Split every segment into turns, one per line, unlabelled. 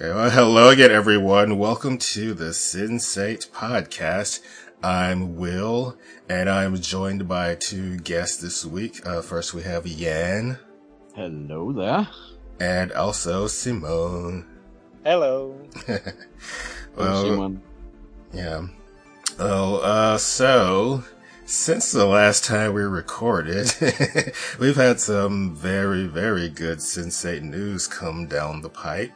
Okay, well, hello again, everyone. Welcome to the Sensate podcast. I'm Will, and I'm joined by two guests this week. Uh, first, we have Yan
Hello there.
and also Simone.
Hello.
Well,
well, yeah. Oh, uh, so since the last time we recorded, we've had some very, very good Sensate news come down the pipe.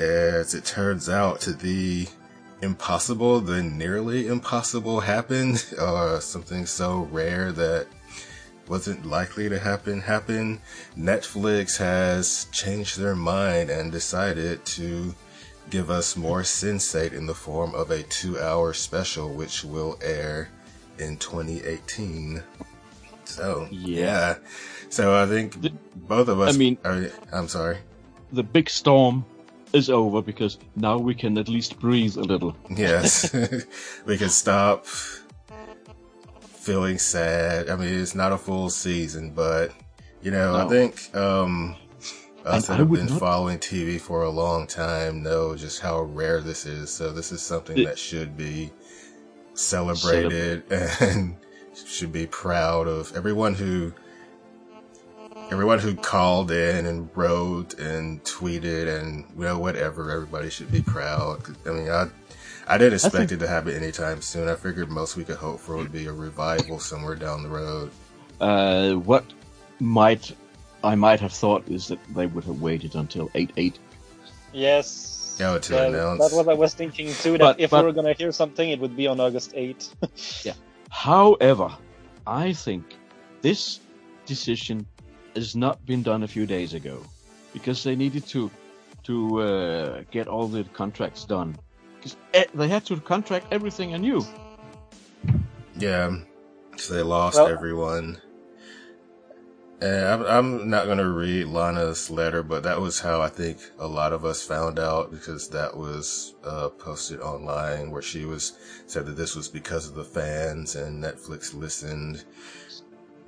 As it turns out, the impossible, the nearly impossible happened, or something so rare that wasn't likely to happen happen. Netflix has changed their mind and decided to give us more sensate in the form of a two hour special, which will air in 2018. So, yeah.
Yeah.
So I think
Th-
both of us.
I mean-
are, I'm sorry.
the big storm is over because now we can at least breathe a little.
Yes. we can stop feeling sad. I mean, it's not a full season, but, you know, I
No.
think, um, us
And
that
I
have
would
been
not-
following TV for a long time know just how rare this is. So this is something
It-
that should be celebrated and should be proud of everyone who everyone who called in and wrote and tweeted and you know whatever everybody should be proud i mean i i didn't expect
think-
it to happen anytime soon i figured most we could hope for would be a revival somewhere down the road
Uh, what might I might have thought is that they would have waited until eight eight.
Yes.
Yeah, to
that-
announce.
That's what I was thinking too. That
But-
if
but-
we were gonna hear something, it would be on August 8th.
However, I think this decision has not been done a few days ago because they needed to to uh, get all the contracts done. 'Cause, eh, they had to contract everything anew.
yeah so they lost
Well-
everyone and I'm, I'm not going to read lana's letter but that was how i think a lot of us found out because that was uh, posted online where she was said that this was because of the fans and netflix listened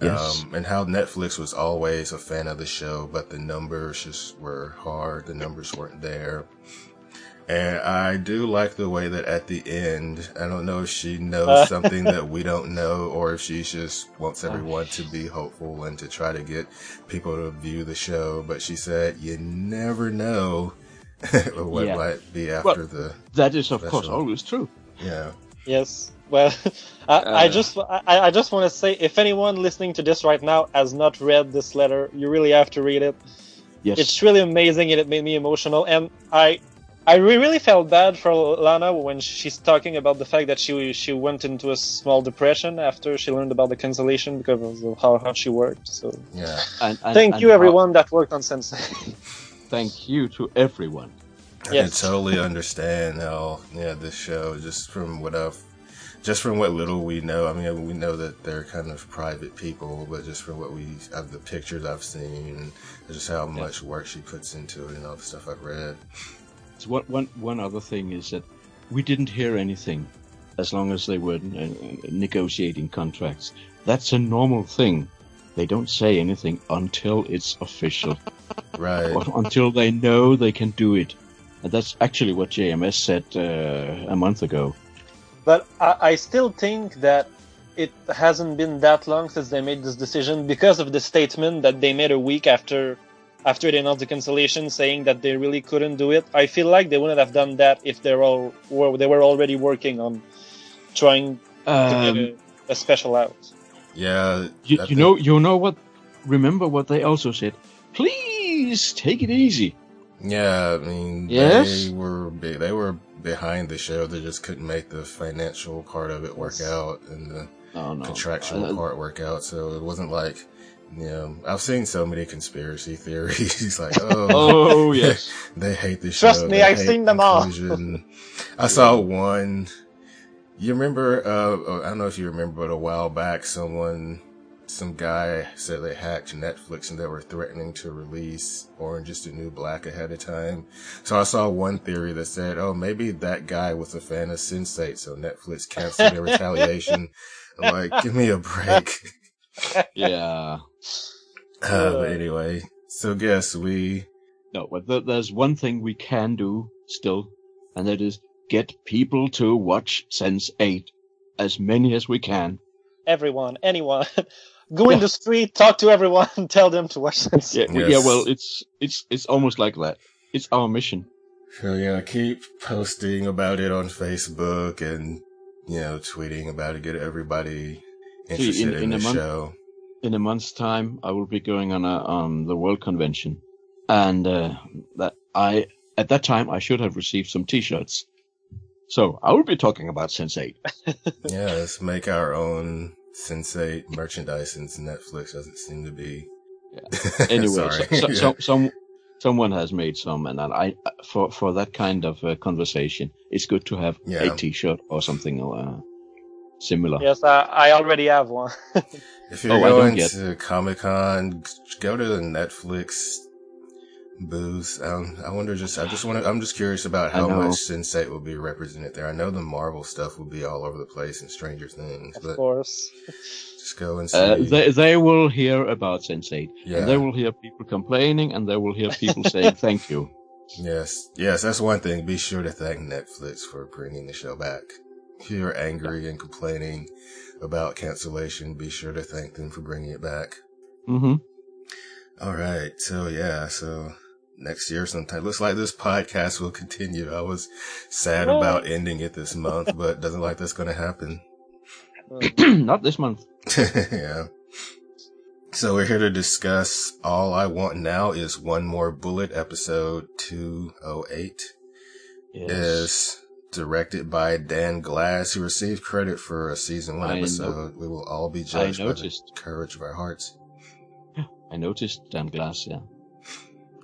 Yes.
Um, and how Netflix was always a fan of the show, but the numbers just were hard. The numbers weren't there. And I do like the way that at the end, I don't know if she knows something that we don't know or if she just wants
Oh,
everyone to be hopeful and to try to get people to view the show. But she said, you never know what
Yeah.
might be after the,
that is, of course,
Special.
always true.
yeah.
yes. Well, I, I
Uh.
just I, I just want to say, if anyone listening to this right now has not read this letter, you really have to read it.
Yes.
It's really amazing, and it made me emotional. And I I re- really felt bad for Lana when she's talking about the fact that she she went into a small depression after she learned about the cancellation because of how hard she worked. So
Yeah.
And- and-
thank
and
you,
how-
everyone that worked on Sensei.
thank you to everyone.
I
Yes.
can totally understand how yeah this show just from what I've just from what little we know. I mean, we know that they're kind of private people, but just from what we of the pictures I've seen, just how much work she puts into it and all the stuff I've read.
So what, one, one other thing is that we didn't hear anything as long as they were uh, negotiating contracts. That's a normal thing. They don't say anything until it's official,
Right?
or until they know they can do it. And that's actually what JMS said uh, a month ago.
But I, I still think that it hasn't been that long since they made this decision because of the statement that they made a week after after they announced the cancellation, saying that they really couldn't do it. I feel like they wouldn't have done that if they're all were they were already working on trying to
Um,
get a, a special out.
Yeah.
you,
I
you
think-
know, you know what? Remember what they also said. Please take it easy.
Yeah. I mean,
Yes?
they were be- they were behind the show. They just couldn't make the financial part of it work
Yes.
out and the
No, no.
contractual
Uh,
part work out. So it wasn't like, you know, I've seen so many conspiracy theories like, oh,
Oh yes.
they hate this
Trust
show.
me,
They
I've
hate
seen them all.
inclusion. I saw one. You remember? Uh, I don't know if you remember, but a while back, someone, some guy said they hacked Netflix and they were threatening to release Orange Is the New Black ahead of time. So I saw one theory that said, "Oh, maybe that guy was a fan of Sensate, so Netflix canceled in retaliation." I'm like, give me a break.
yeah.
Uh, but
Uh.
anyway, so yes, we
No, but th- there's one thing we can do still, and that is get people to watch Sense 8, as many as we can.
Everyone, anyone, go in the street, talk to everyone, tell them to watch Sense.
Yeah, we- yeah.
Yes.
Well, it's it's it's almost like that. It's our mission.
So yeah, keep posting about it on Facebook and you know tweeting about it. Get everybody interested
in-
in,
in
the
a month-
show.
In a month's time, I will be going on a, on the World Convention, and uh, that I at that time I should have received some T-shirts. So I will be talking about Sense 8.
yeah, let's make our own sensei merchandise since Netflix doesn't seem to be.
anyway,
Sorry.
so, so,
Yeah.
so- some someone has made some, and I for for that kind of uh, conversation, it's good to have
Yeah.
a T-shirt or something uh, similar.
Yes, I, I already have one.
If you're
Oh, I don't
going
get-
to Comic Con, go to the Netflix booth. Um, I wonder just, I just want to, I'm just curious about
I
how
know.
much Sensei will be represented there. I know the Marvel stuff will be all over the place and Stranger Things,
Of
but
course.
just go and see.
Uh, they they will hear about Sense8.
yeah.
And they will hear people complaining, and they will hear people saying thank you.
yes. Yes. That's one thing. Be sure to thank Netflix for bringing the show back. If you're angry and complaining about cancellation, be sure to thank them for bringing it back.
hmm
All right. So yeah. So next year sometime. Looks like this podcast will continue. I was sad
Yay.
about ending it this month, but doesn't like that's going to happen.
Mm-hmm. Not this month.
yeah. So we're here to discuss all I want now is one more bullet episode 208 is directed by Dan Glass who received credit for a season 1
I know-
episode. we will all be
I
judged by the
noticed.
courage of our hearts.
I noticed Dan Glass. Yeah.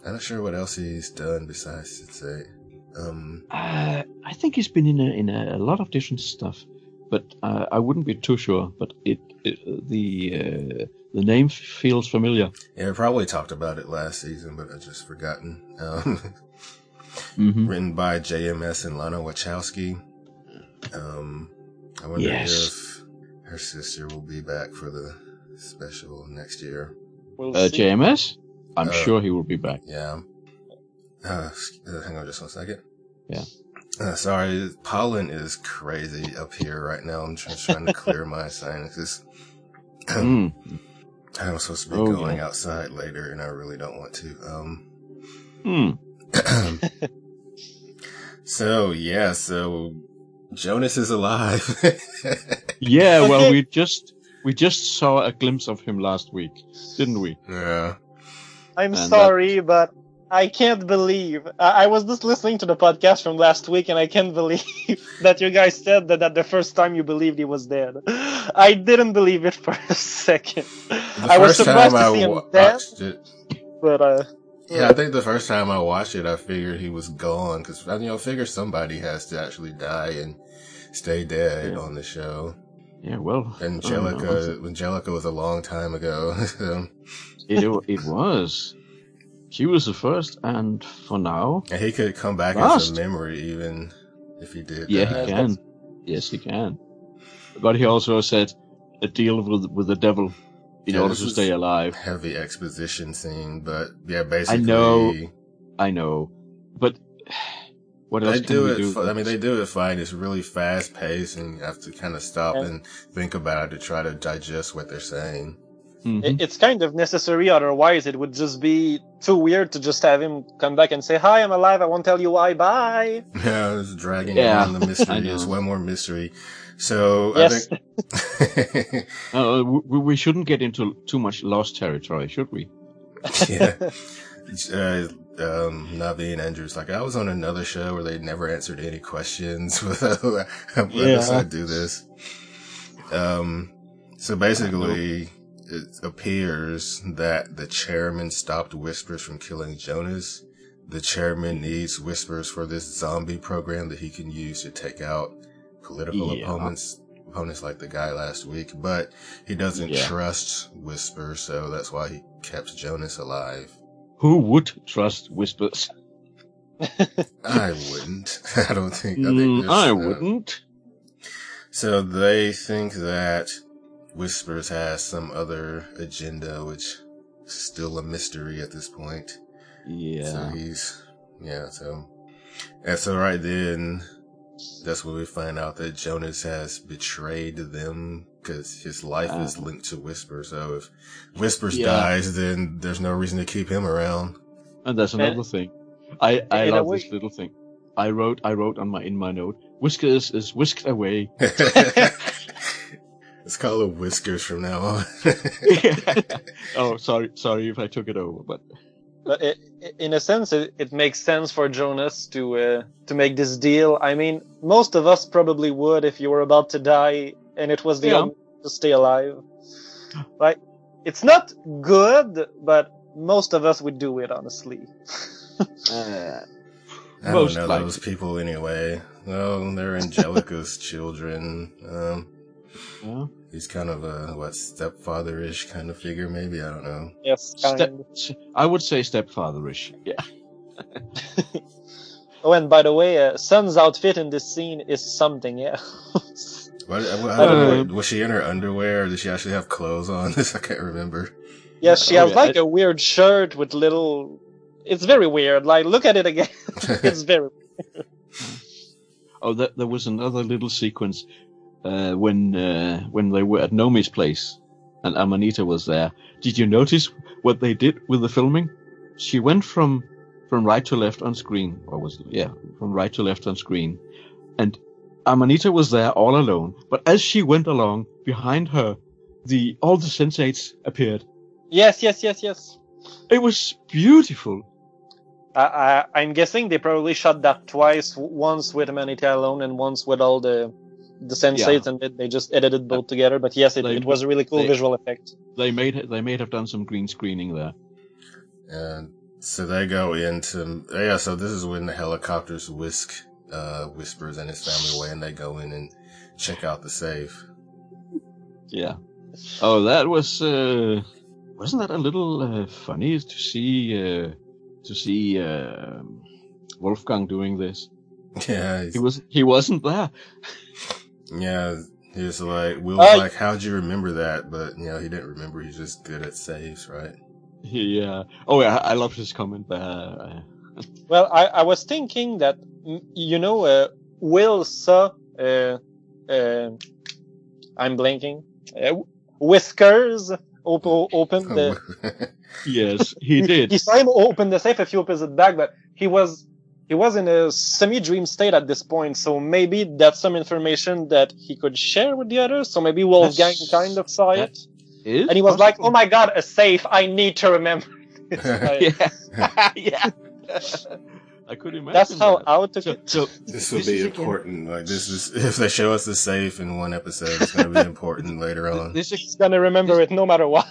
I'm not sure what else he's done besides it's a um
Uh, I think he's been in a, in a lot of different stuff, but uh, I wouldn't be too sure. But it, it the uh, the name feels familiar.
Yeah, we probably talked about it last season, but I just forgotten. Um,
Mm-hmm.
written by JMS and Lana Wachowski. Um, I wonder
Yes.
if her sister will be back for the special next year.
We'll
Uh,
see.
JMS. I'm
Uh,
sure he will be back.
Yeah. Uh, s- uh, hang on just one second.
Yeah.
Uh, sorry, pollen is crazy up here right now. I'm just trying to clear my sinuses.
Mm.
I'm supposed to be
Oh,
going outside later, and I really don't want to. Um,
Mm.
so yeah, so Jonas is alive.
Yeah. Well,
Okay.
we just we just saw a glimpse of him last week, didn't we?
yeah.
I'm
And
sorry, but I can't believe. I, I was just listening to the podcast from last week, and I can't believe that you guys said that, that the first time you believed he was dead. I didn't believe it for a second.
The
I was
first
surprised
time
to
I
see him
wa- uh,
dead,
watched it,
but uh,
yeah, I think the first time I watched it, I figured he was gone because you know, I figure somebody has to actually die and stay dead
Yeah.
on the show.
Yeah. Well,
Angelica, Angelica was a long time ago. so-
It, it was. She was the first, and for now,
and he could come back as a
Lost.
memory, even if he did.
yeah,
die.
he can. Yes, he can. But he also said a deal with with the devil in
Yeah,
order
this
to
is-
stay alive.
heavy exposition scene, but yeah, basically.
know. I know, but what else
They
can
do
we
it.
do?
fi- I mean, they do it fine. It's really fast paced, and you have to kind of stop
Yeah.
and think about it to try to digest what they're saying.
Mhm.
Mm-hmm.
it, it's kind of necessary. Otherwise, it would just be too weird to just have him come back and say, "Hi, I'm alive. I won't tell you why. Bye."
Yeah, it's dragging
Yeah,
on the mystery.
know.
It's one more mystery. So
Yes.
I think,
Uh, we, we shouldn't get into too much lost territory, should we?
yeah, uh, um, Navi and Andrew's like I was on another show where they never answered any questions. So I'm
Yeah.
I do this. Um, so basically, it appears that the chairman stopped Whispers from killing Jonas. The chairman needs Whispers for this zombie program that he can use to take out political
Yeah.
opponents, opponents like the guy last week. But he doesn't
Yeah.
trust Whisper, so that's why he kept Jonas alive.
Who would trust whispers?
I wouldn't. I don't think. I, think
Mm,
this,
I
uh,
wouldn't.
So they think that Whispers has some other agenda, which is still a mystery at this point. So
Yeah.
he's yeah. So and so right then, that's when we find out that Jonas has betrayed them because his life is
Uh.
linked to Whisper. So if Whispers
Yeah.
dies, then there's no reason to keep him around.
And that's another thing. I I
in a
love
way-
this little thing. I wrote I wrote on my in my note. Whiskers is whisked away.
Let's call it Whiskers from now on.
oh, sorry, sorry if I took it over, but
But i i- in a sense, it, it makes sense for Jonas to uh, to make this deal. I mean, most of us probably would if you were about to die and it was the
Yeah.
only way to stay alive. Like, it's not good, but most of us would do it honestly.
uh,
I don't
Most
know
likely.
those people anyway. Well, they're Angelica's children. Um,
yeah.
he's kind of a what stepfatherish kind of figure, maybe. I don't know.
yes, kind.
Step, I would say stepfatherish. Yeah.
Oh, and by the way, uh, Sun's outfit in this scene is something else.
What, I, I don't
Um,
know. Was she in her underwear, or did she actually have clothes on? This I can't remember.
yeah, she
Oh,
has
yeah,
like
I-
a weird shirt with little. It's very weird. Like, look at it again. it's very.
Oh, that, there was another little sequence uh, when uh, when they were at Nomi's place and Amanita was there. Did you notice what they did with the filming? She went from from right to left on screen, or was it- yeah, from right to left on screen, and Amanita was there all alone. But as she went along, behind her, the all the sensates appeared.
Yes, yes, yes, yes.
It was beautiful.
I, I, I'm guessing they probably shot that twice. w- Once with Manita alone, and once with all the the sensates, and they, they just edited both together. But yes, it,
They-
it was a really cool
they-
visual effect.
They made they may have done some green screening there.
and so they go into oh yeah. So this is when the helicopters whisk uh, whispers and his family away, and they go in and check out the safe.
Yeah. Oh, that was uh, wasn't that a little uh, funny to see uh, to see uh, Wolfgang doing this?
Yeah, he's-
He was he wasn't there.
yeah. He was like, Will
Uh,
was like, "How'd you remember that?" But you know, he didn't remember. He's just good at saves, right?
He uh, oh yeah, I love his comment there. Uh,
Well, I, I was thinking that mm, you know, uh, Will saw. Uh, uh, I'm blanking. Uh, whiskers op- open
Oh,
the.
yes, he did.
He saw him open the safe a few opposite back, but he was he was in a semi-dream state at this point. So maybe that's some information that he could share with the others. So maybe Wolfgang
That's-
kind of saw it,
Is
and he was like,
possible.
"Oh my God, a safe! I need to remember." this." Like,
yeah, yeah." I could imagine.
That's how
that.
out took
So,
it.
so
This will
This
be
is again-
important. Like this is if they show us the safe in one episode, it's going to be important later on.
this
He's gonna remember it no matter what.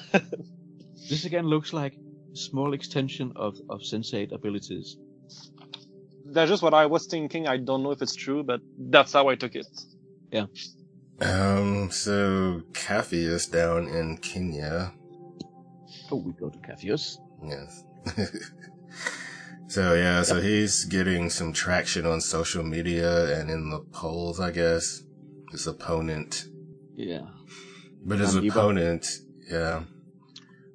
this again looks like small extension of of sensate abilities.
That's just what I was thinking. I don't know if it's true, but that's how I took it.
Um, so Kathy is down in Kenya.
Oh, we go to Cafius.
Yes. so yeah, so he's getting some traction on social media and in the polls, I guess. His opponent,
Yeah.
but his
Um,
Andy Bo-
opponent, yeah,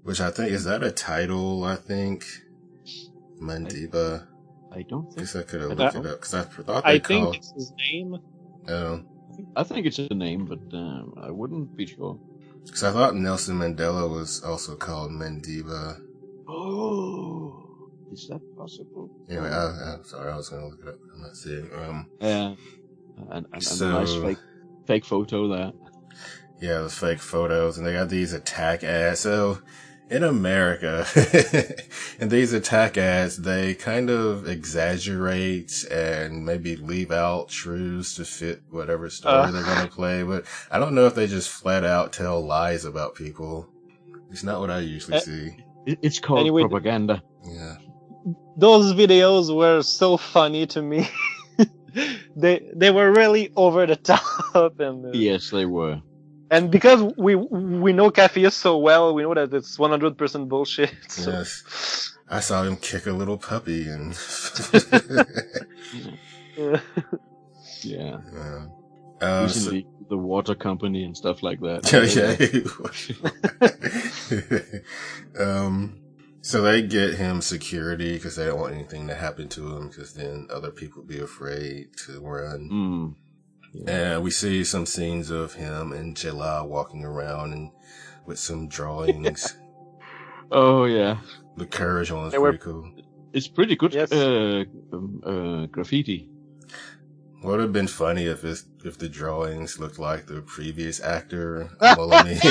which I think is that a title? I think Mandiba.
I don't
I
think.
guess I could have
I
looked
don't-
it up because I thought they
I
called.
think it's his name.
Oh.
I think it's a name, but um, I wouldn't be sure.
Because I thought Nelson Mandela was also called Mendiva.
Oh, is that possible?
Anyway, I, I'm sorry, I was going to look it up. I'm not seeing. Um,
Yeah, and, and, and a nice
So-
fake, fake photo there.
yeah, those fake photos, and they got these attack ads. So in America, in these attack ads, they kind of exaggerate and maybe leave out truths to fit whatever story
Uh.
they're going to play. But I don't know if they just flat out tell lies about people. It's not what I usually
Uh.
see.
It, it's called
Anyway, the-
propaganda.
Yeah.
Those videos were so funny to me. they they were really over the top, and uh,
Yes, they were.
and because we we know Cafius so well, we know that it's 100% bullshit. So.
Yes. I saw him kick a little puppy and.
Yeah,
Yeah. Uh, so-
Recently, the water company and stuff like that.
yeah, yeah. um, So they get him security because they don't want anything to happen to him because then other people be afraid to run.
Mm.
And we see some scenes of him and Jela walking around and with some drawings.
Oh yeah,
The courage on is
They were-
pretty cool.
it's pretty good
Yes.
uh, um, uh, graffiti.
Would have been funny if it's, if the drawings looked like the previous actor. Moloney.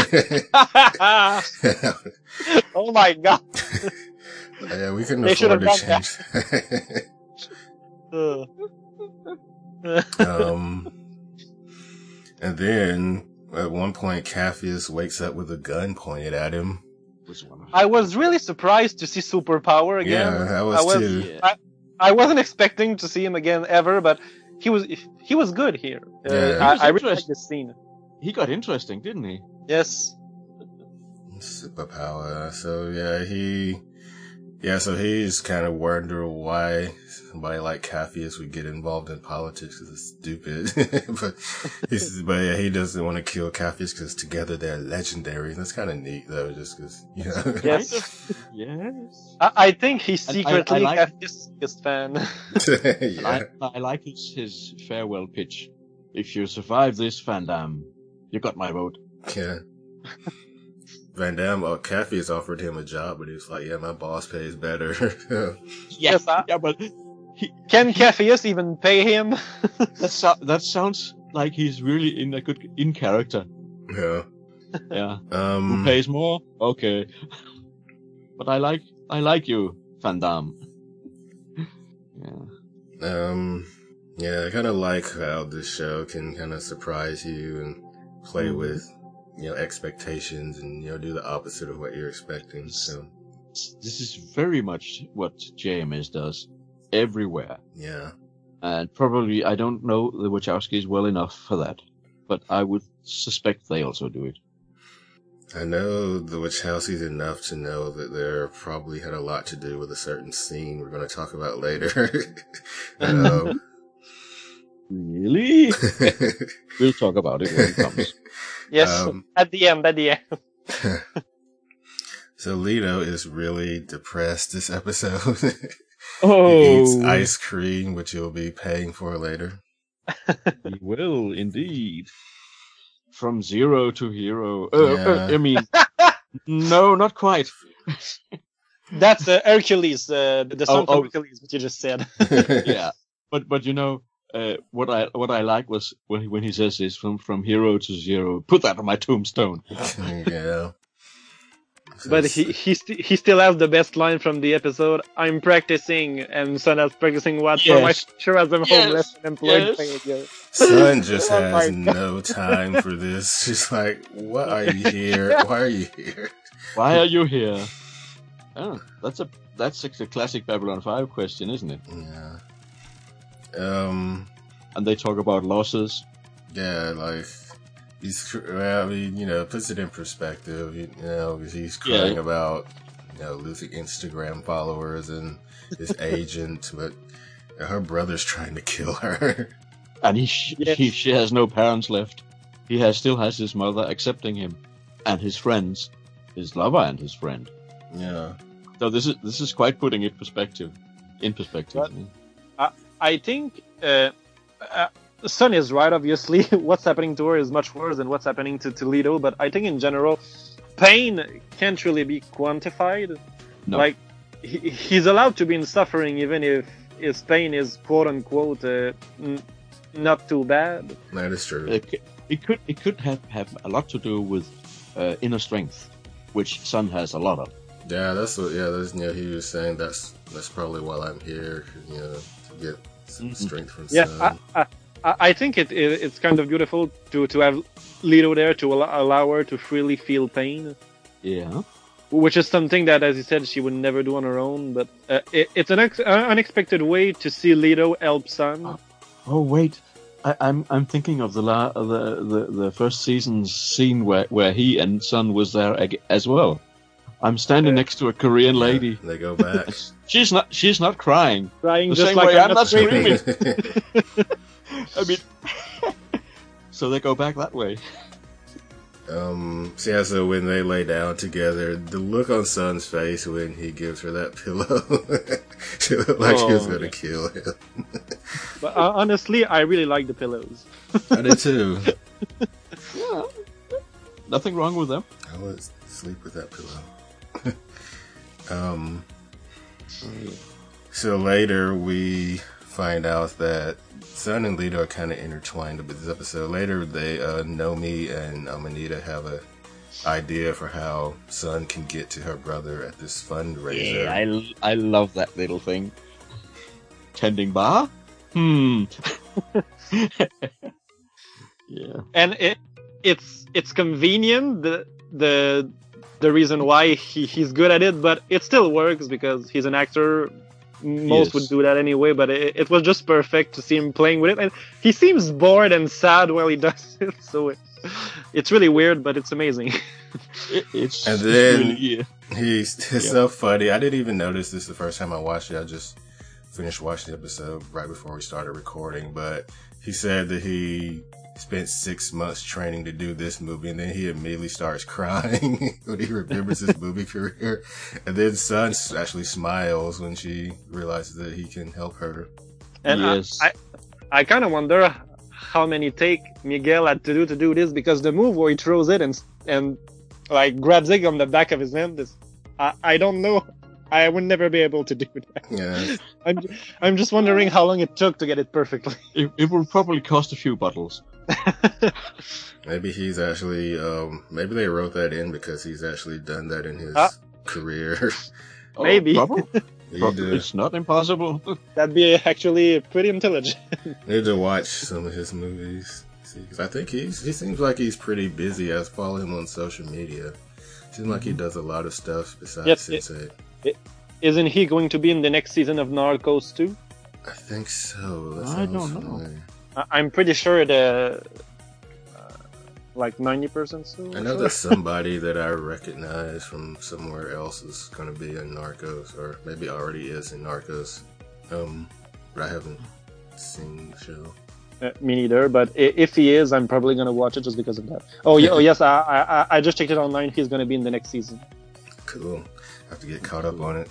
oh my god.
yeah, we couldn't
They should
afford to
have done
change. that.
Uh,
um, and then at one point, Cassius wakes up with a gun pointed at him.
Was one of-
I was really surprised to see Superpower again.
Yeah, I was,
I was-
too.
Yeah.
I wasn't expecting to see him again ever, but he was he was good here. Uh,
Yeah.
He was
I, I really like
interesting.
this scene.
He got interesting, didn't he?
Yes.
Superpower. So yeah, he, yeah, so he's kind of wondering why somebody like Cassius would get involved in politics because it's stupid. but he's, but yeah, he doesn't want to kill Cassius because together they're legendary. That's kind of neat though, just because you know.
Yes.
Yes.
I, I think he's
And I- I
secretly
like-
Cassius' biggest fan.
And
yeah.
I, I like his, his farewell pitch. If you survive this, Van Damme, you got my vote.
Yeah. Van Damme, uh, Cassius offered him a job, but he was like, yeah, my boss pays better.
Yes, I-
yeah, but
Can Cassius even pay him?
that so- that sounds like he's really in a good in character.
yeah.
Yeah, who
Um,
pays more? Okay, but I like I like you, Van Damme. Yeah,
um, yeah, I kind of like how this show can kind of surprise you and play
Mhm.
with, you know, expectations and, you know, do the opposite of what you're expecting. So,
this is very much what JMS does everywhere.
yeah.
and probably I don't know the Wachowskis well enough for that, but I would suspect they also do it.
I know the Wachowskis enough to know that there probably had a lot to do with a certain scene we're going to talk about later.
Mm-hmm.
um,
Really? We'll talk about it when it comes.
Yes.
Oh.
Um,
at the end, at the end.
So Leto is really depressed this episode. he eats
Oh,
ice cream, which you'll be paying for later.
he will indeed. From zero to hero. Uh, uh,
Yeah.
I mean, no, not quite.
That's uh, Hercules, uh, the song
oh.
from Hercules, what you just said.
Yeah, but but you know. Uh, what I what I like was when he, when he says this from from hero to zero. Put that on my tombstone.
yeah. So
But
it's-
he he, st- he still has the best line from the episode. I'm practicing, and Sona's practicing what for my
Yes.
future as I'm
Yes.
homeless and employed
Yes.
failure.
Sun just
Oh
has
my God.
no time for this. She's like, "What are you here? Why are you here?"
Why are you here? Oh, that's a that's a, a classic Babylon Five question, isn't it?
Yeah. Um.
and they talk about losses.
Yeah. Like. He's. cr- Well, I mean, you know, puts it in perspective. You know, he's crying
Yeah.
about you know losing Instagram followers and his agent, but her brother's trying to kill her.
And he, sh-
Yes.
he she has no parents left. He has still has his mother accepting him, and his friends, his lover and his friend.
Yeah.
So this is this is quite putting it perspective, in perspective.
But- I think uh, uh, Sun is right. Obviously, what's happening to her is much worse than what's happening to Toledo. But I think in general, pain can't really be quantified.
No.
Like he, he's allowed to be in suffering, even if his pain is quote unquote uh, n- not too bad.
That is true.
It, c- it could it could have have a lot to do with uh, inner strength, which Sun has a lot of.
Yeah, that's what. Yeah, that's you know, he was saying that's that's probably why I'm here. You know, to get some
Mhm.
strength from
Yeah,
sun.
I, I, I I think it, it it's kind of beautiful to to have Leto there to allow, allow her to freely feel pain.
Yeah.
which is something that, as you said, she would never do on her own. But uh, it, it's an ex- uh, unexpected way to see Leto help Sun.
Oh wait, I, I'm I'm thinking of the la- the, the the first season's scene where where he and Sun was there ag- as well. I'm standing
Yeah.
next to a Korean lady.
they go back.
She's not. She's not crying.
Crying
The
just
same
like
way
I'm
I'm
not
not
screaming.
screaming.
yeah,
I mean, so they go back that way.
Um, so yeah, so when they lay down together, the look on Sun's face when he gives her that pillow, she looked like she was
Oh,
going to
yeah.
kill him.
But uh, honestly, I really like the pillows.
I did too.
Yeah. Nothing wrong with them.
I would sleep with that pillow. um, so later we find out that Sun and Lita are kind of intertwined with this episode. Later, they uh, Nomi and um, Anita have a idea for how Sun can get to her brother at this fundraiser.
Yeah, I, I love that little thing. Tending bar? Hmm. yeah.
and it it's it's convenient the the the reason why he, he's good at it but it still works because he's an actor most
Yes.
would do that anyway but it, it was just perfect to see him playing with it and he seems bored and sad while he does it so it, it's really weird but it's amazing
It, it's,
And
it's
then-
really- yeah.
He's it's
Yeah.
so funny. I didn't even notice this the first time I watched it. I just finished watching the episode right before we started recording. But he said that he spent six months training to do this movie, and then he immediately starts crying when he remembers his movie career. And then Sun s- actually smiles when she realizes that he can help her.
and I-
Yes.
I, I kind of wonder how many take Miguel had to do to do this because the move where he throws it and and like grabs it on the back of his hand is I, I don't know I would never be able to do that.
Yeah,
I'm ju- I'm just wondering how long it took to get it perfectly.
It, it will probably cost a few bottles.
maybe he's actually um, maybe they wrote that in because he's actually done that in his
Ah.
career.
Oh,
Maybe.
probably.
He
Prob-
did.
It's not impossible.
That'd be actually pretty intelligent.
Need to watch some of his movies. See, 'cause I think he's he seems like he's pretty busy. I follow him on social media. Seems like
Mm-hmm.
he does a lot of stuff besides
Yep,
Sensei.
Isn't he going to be in the next season of Narcos too?
I think so. That
I
sounds
don't know.
familiar.
I, I'm pretty sure the uh, like ninety percent so.
I know that somebody that I recognize from somewhere else is going to be in Narcos, or maybe already is in Narcos. Um, but I haven't seen the show.
Uh, me neither, but i- if he is, I'm probably gonna watch it just because of that. Oh, yeah, oh yes, I, I I- I just checked it online. He's gonna be in the next season.
Cool. Have to get caught up on it.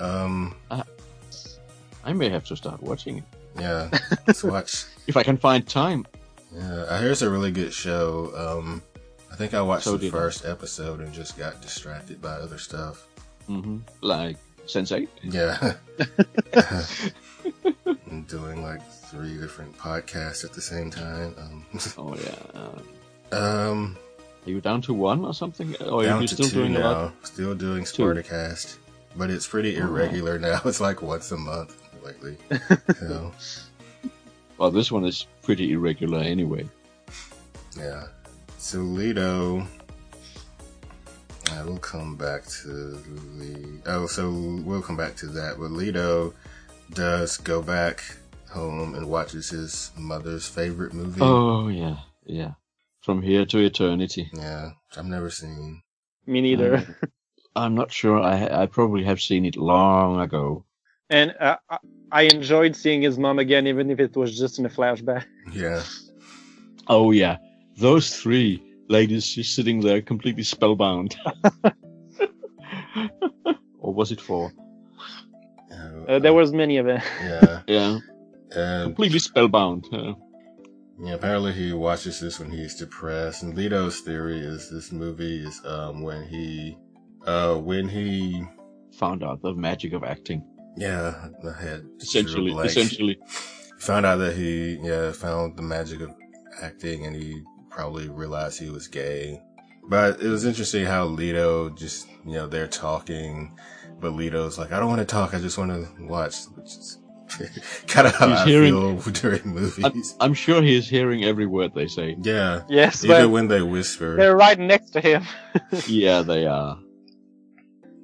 Um,
I may have to start watching it
yeah. Let's watch.
if I can find time.
Yeah, I hear it's a really good show. Um, I think I watched
So
the
did I.
first episode and just got distracted by other stuff.
hmm Like Sensei.
Yeah. I'm doing like three different podcasts at the same time. Um,
Oh yeah. Uh,
um
are you down to one or something? Or are
down
you
to
still
two
doing a
now.
lot? Oh,
Still doing Spartacast, but it's pretty
All right.
irregular now. It's like once a month lately. so,
Well, this one is pretty irregular anyway.
yeah. So Lido. I will come back to the. Oh, so we'll come back to that. But Leto does go back home and watches his mother's favorite movie.
Oh yeah, yeah. From here to eternity.
Yeah, which I've never seen.
Me neither.
Mm.
Uh, I'm not sure. I I probably have seen it long ago.
And uh, I- I enjoyed seeing his mom again, even if it was just in a flashback.
Yeah,
Oh yeah, those three ladies just sitting there completely spellbound. or was it four?
Uh, there was many of it.
Yeah,
Yeah,
and
completely spellbound. Uh,
yeah, apparently he watches this when he's depressed. And Leto's theory is this movie is um when he, uh, when he,
found out the magic of acting.
yeah, I had
Essentially,
drew a blank.
essentially.
found out that he yeah found the magic of acting and he probably realized he was gay but it was interesting how Leto just you know they're talking but Leto's like I don't want to talk I just want to watch which is kind of how
He's
I
hearing-
feel during movies
I'm sure he is hearing every word they say.
yeah
Yes,
even
but
when they whisper
they're right next to him.
yeah, they are.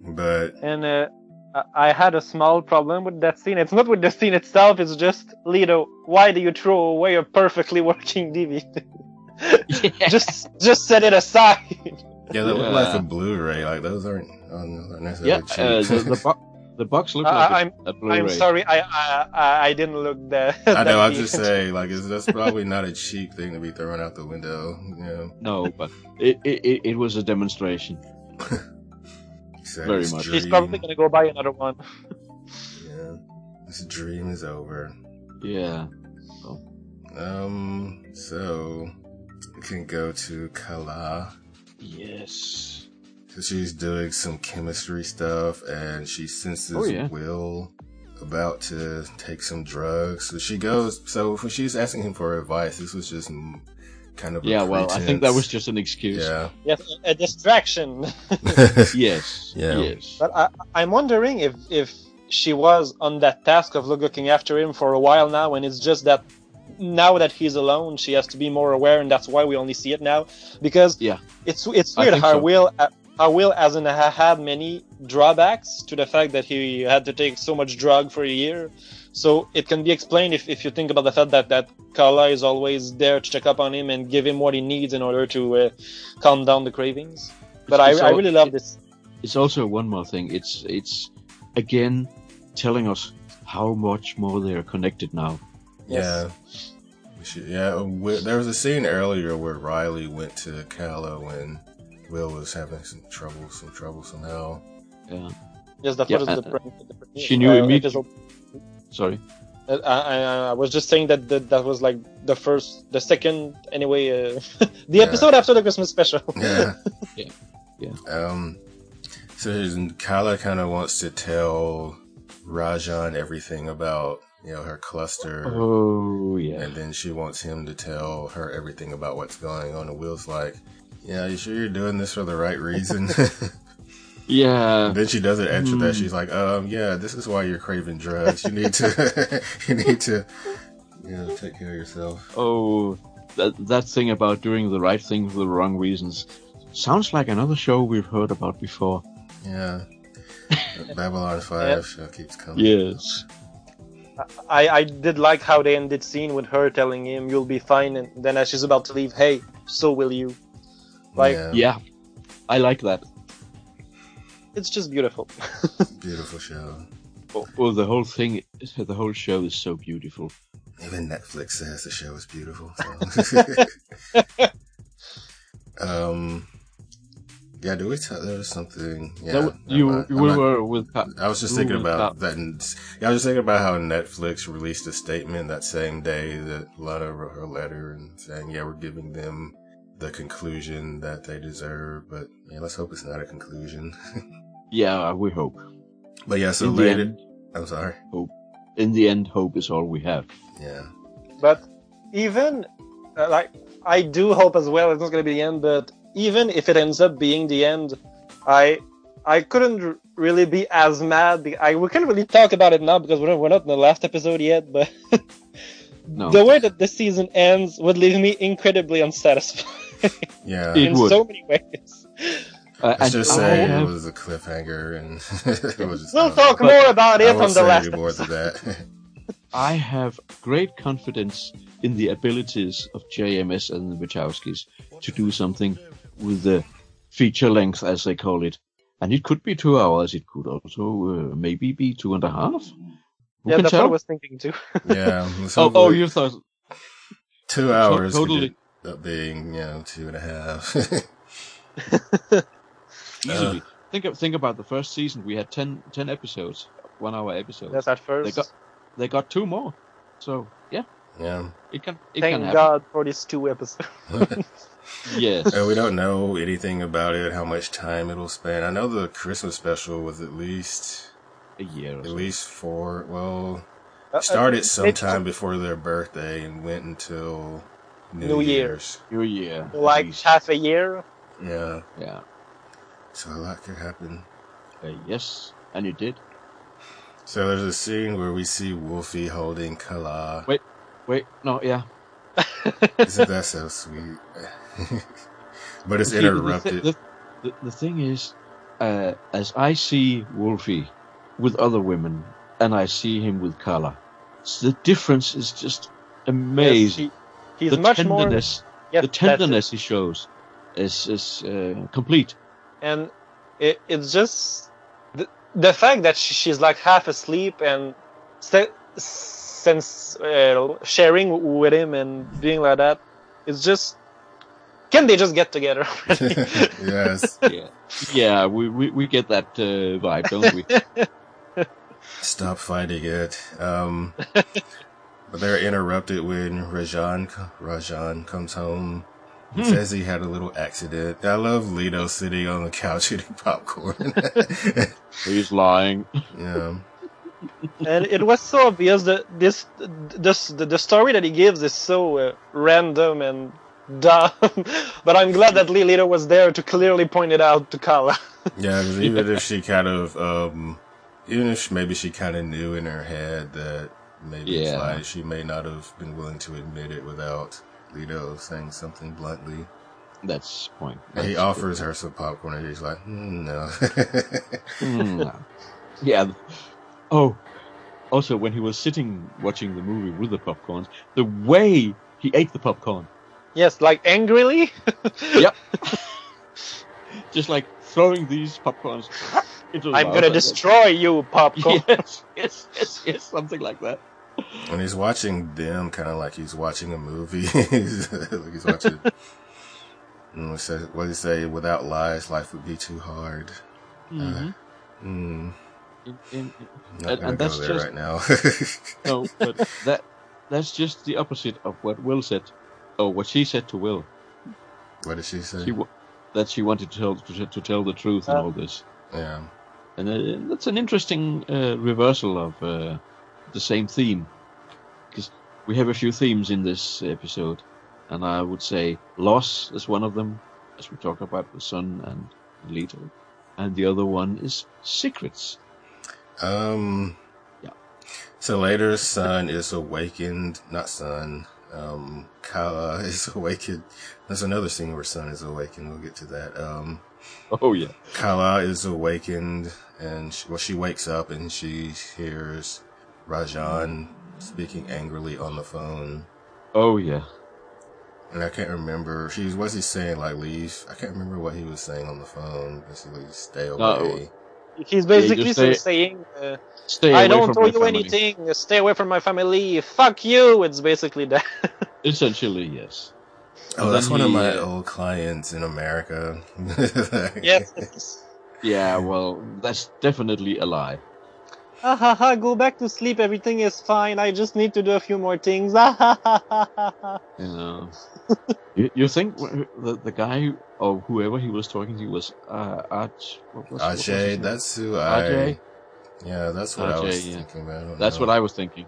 but
And uh, I- I had a small problem with that scene. It's not with the scene itself. It's just Lido. Why do you throw away a perfectly working DVD? just just set it aside.
yeah they look like
Yeah.
oh, a Blu-ray like those aren't, aren't necessarily
yeah, uh,
cheap
the, the, bo- The box looks
I-
like a-
Uh, I'm-
a Blu-ray.
I'm sorry, I, I I- I didn't look there.
I know. I'm just uh, saying, like, it's, that's probably not a cheap thing to be thrown out the window. You know,
No, but it, it, it, it was a demonstration. Very
His
much.
He's probably
dream-
gonna go buy another one.
Yeah, this dream is over.
Yeah.
Um, so we can go to Kala.
Yes.
So she's doing some chemistry stuff, and she senses
Oh, yeah.
Will about to take some drugs. So she goes. So when she's asking him for advice, this was just mm, kind of a
Yeah, well, I think that was
pretense.
just an excuse.
yeah.
Yes, a distraction.
Yes.
Yeah.
Yes.
But I, I'm wondering if if she was on that task of look- looking after him for a while now, and it's just that now that he's alone, she has to be more aware, and that's why we only see it now. Because
Yeah.
it's it's
I
weird
think
how
so.
Will uh, how Will hasn't ha- had many drawbacks to the fact that he had to take so much drug for a year. So it can be explained if, if you think about the fact that that Carla is always there to check up on him and give him what he needs in order to uh, calm down the cravings. But I,
It's
I
all-
really love this.
It's also one more thing. It's it's again telling us how much more they are connected now.
Yeah. She, yeah. Wi- there was a scene earlier where Riley went to Calla when Will was having some trouble, some trouble somehow.
Yeah.
Yes, that
Yeah,
was
uh,
the, pre- the pre-
she knew
uh,
immediately.
episode.
Sorry.
Uh, I, I, I was just saying that that, that was like the first, the second, anyway, uh, the
Yeah.
episode after the Christmas special.
Yeah.
Yeah. Yeah.
Um. So Kala kind of wants to tell Rajan everything about you know her cluster,
Oh yeah.
and then she wants him to tell her everything about what's going on. And Will's like, "Yeah, you sure you're doing this for the right reason?"
Yeah.
then she doesn't answer that.
Hmm.
She's like, um, yeah, this is why you're craving drugs. You need to, you need to, you know, take care of yourself.
Oh, that that thing about doing the right thing for the wrong reasons sounds like another show we've heard about before.
Yeah. Babylon 5 show keeps coming.
Yes.
I, I did like how they ended scene with her telling him you'll be fine, and then as she's about to leave, hey, so will you. Like-
yeah,
Yeah. I like that.
It's just beautiful.
Beautiful show.
Oh, oh, the whole thing, the whole show is so beautiful.
Even Netflix says the show is beautiful. So. um, yeah, do we tell, there was something, yeah.
That-
never
you
mind.
you
I'm not-
were with Pat.
I was just thinking
Ooh,
about that. yeah, I was just thinking about how Netflix released a statement that same day that Lana wrote her letter and saying, "Yeah, we're giving them the conclusion that they deserve." But yeah, let's hope it's not a conclusion.
Yeah, uh, we hope.
But yeah, so
in
later.
the end,
I'm sorry.
in the end, hope is all we have.
Yeah,
But even uh, like I do hope as well it's not going to be the end. But even if it ends up being the end, I I couldn't r- really be as mad. be- I we can't really talk about it now because we're not, we're not in the last episode yet. But
No.
the way that this season ends would leave me incredibly unsatisfied
yeah.
It
in
would.
so many ways.
Uh,
Let's just
I
say it
have-
was a cliffhanger, and it was just.
We'll talk
Uh, But-
more about
I
it
won't
on
say
the last.
any more to that.
I have great confidence in the abilities of JMS and the Wachowskis to do something with the feature length, as they call it. And it could be two hours. It could also uh, maybe be two and a half. Who
Yeah,
can
that's what I
tell?
was thinking too.
yeah. let's
oh,
hope
oh,
it-
you thought
two hours could
totally.
end up being you know two and a half.
easily.
Uh,
think of, think about the first season. We had 10, 10 episodes, one hour episodes.
That's at first.
got- They got two more. So yeah,
yeah.
it can it
Thank
can happen.
God for these two episodes.
Yes.
Uh, we don't know anything about it, how much time it'll span. I know the Christmas special was at least
a year or
at
so.
least four. Well,
Uh, uh,
started
maybe-
sometime before their birthday and went until New,
New Year.
Year's.
Your year. at
like
least.
half a year.
Yeah,
yeah.
so a lot could happen.
Uh, yes, and you did.
So there's a scene where we see Wolfie holding Kala.
Wait. Wait, no, yeah.
Isn't that so sweet? but it's
See, but
interrupted.
The, thi- the, the, the thing is, uh, as I see Wolfie with other women, and I see him with Carla, s- the difference is just amazing.
Yes, he- he's
the
much more.
tenderness,
Yes,
the
that's it.
tenderness he shows is is uh, complete.
and it, it's just th- the fact that she, she's like half asleep and se- since uh, sharing with him and being like that, it's just can they just get together? already?
yes.
yeah, yeah, we, we, we get that uh, vibe, don't we?
Stop fighting it. Um, but they're interrupted when Rajan Rajan comes home. He
Hmm.
says he had a little accident. I love Lito sitting on the couch eating popcorn.
He's lying.
yeah.
and it was so obvious that this this the, the story that he gives is so uh, random and dumb. but I'm glad that Lee Lito was there to clearly point it out to Kala.
Yeah, 'cause even if she kind of, um, even if maybe she kind of knew in her head that maybe it's
Yeah.
like she may not have been willing to admit it without Lito saying something bluntly.
That's the point.
And he
That's-
offers her some popcorn and she's like, mm, no.
Hmm, no. yeah. Oh, also when he was sitting watching the movie with the popcorns, the way he ate the popcorn,
yes, like angrily.
just like throwing these popcorns into the
I'm
mouth.
gonna destroy you, popcorn.
Yes, yes, yes, yes, something like that.
and he's watching them kind of like he's watching a movie. he's, like he's watching. And he says, what do you say? Without lies, life would be too hard.
Mm-hmm.
Mm,
Mhm. In- in- in-
not
And-
gonna
and
go
that's
there
just-
right now.
no, but that that's just the opposite of what Will said, or what she said to Will.
what did she say?
She wa- that she wanted to tell to, to tell the truth and
Uh.
all this,
yeah.
and uh, that's an interesting uh, reversal of uh, the same theme, because we have a few themes in this episode, and I would say loss is one of them, as we talked about with Sun and Leto, and the other one is secrets.
Um.
Yeah.
So later, Sun is awakened. Not Sun. Um, Kala is awakened. There's another scene where Sun is awakened. We'll get to that. Um,
Oh yeah,
Kala is awakened, and she, well, she wakes up and she hears Rajan speaking angrily on the phone.
oh yeah.
And I can't remember. She was what's he saying? Like leave. I can't remember what he was saying on the phone. Basically, stay away.
He's basically
just say-
saying, uh,
Stay
"I
away
don't
from
owe
my
you
family.
anything. Stay away from my family. Fuck you." It's basically that.
Essentially, yes.
Oh,
And
that's
then
one of
he,
my
uh,
old clients in America.
yes.
Yeah, well, that's definitely a lie.
Ah, ha, ha, go back to sleep. Everything is fine. I just need to do a few more things. Ah, ha, ha, ha, ha, ha.
You know, you, you think wh- the the guy or whoever he was talking to was uh, Aj? What was, what was his
Ajay,
name?
that's who I.
Ajay?
Yeah, that's what I
Ajay,
was
yeah.
thinking about. I don't
That's
know.
what I was thinking.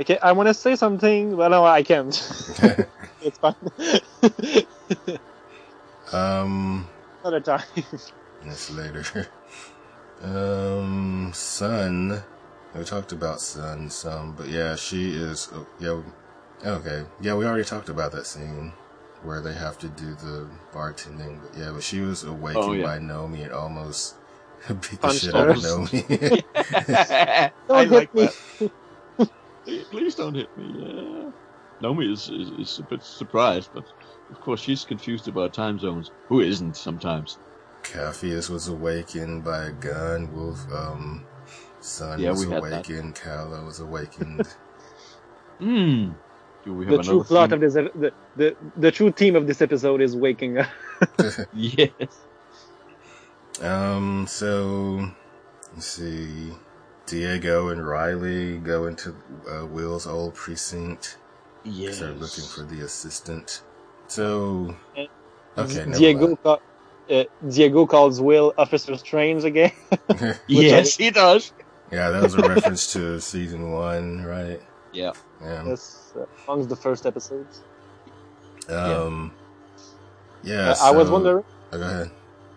Okay, I want to say something, but no, I can't. it's fine.
um,
Another time.
that's later. Um, Sun. We talked about Sun some, but yeah, she is. oh, Yeah, okay. Yeah, we already talked about that scene where they have to do the bartending. But yeah, but she was awakened
Oh, yeah.
by Nomi and almost beat the
Punched
shit out of
her.
Nomi.
I
Don't
like
hit me.
that. Please- Please don't hit me. Yeah. Nomi is, is is a bit surprised, but of course she's confused about time zones. Who isn't sometimes?
Caffeus was awakened by a gun. Wolf, um, Sun
Yeah,
was
we had that.
awakened. Kala was awakened.
Hmm. Do we have
The
another
true plot
theme?
of this, uh, the, the, the true theme of this episode is waking up.
Yes.
um, so let's see. Diego and Riley go into uh, Will's old precinct. 'cause
Yes.
They're looking for the assistant. So,
Mm-hmm.
okay, never
Diego, ca- uh, Diego calls Will Officer Strange again.
mind.
Yes, he does.
yeah, that was a reference to season one, right?
Yeah.
Yeah.
Yes, uh, amongst the first episodes.
Um. Yeah.
Uh, I was
so-
wondering.
Oh, go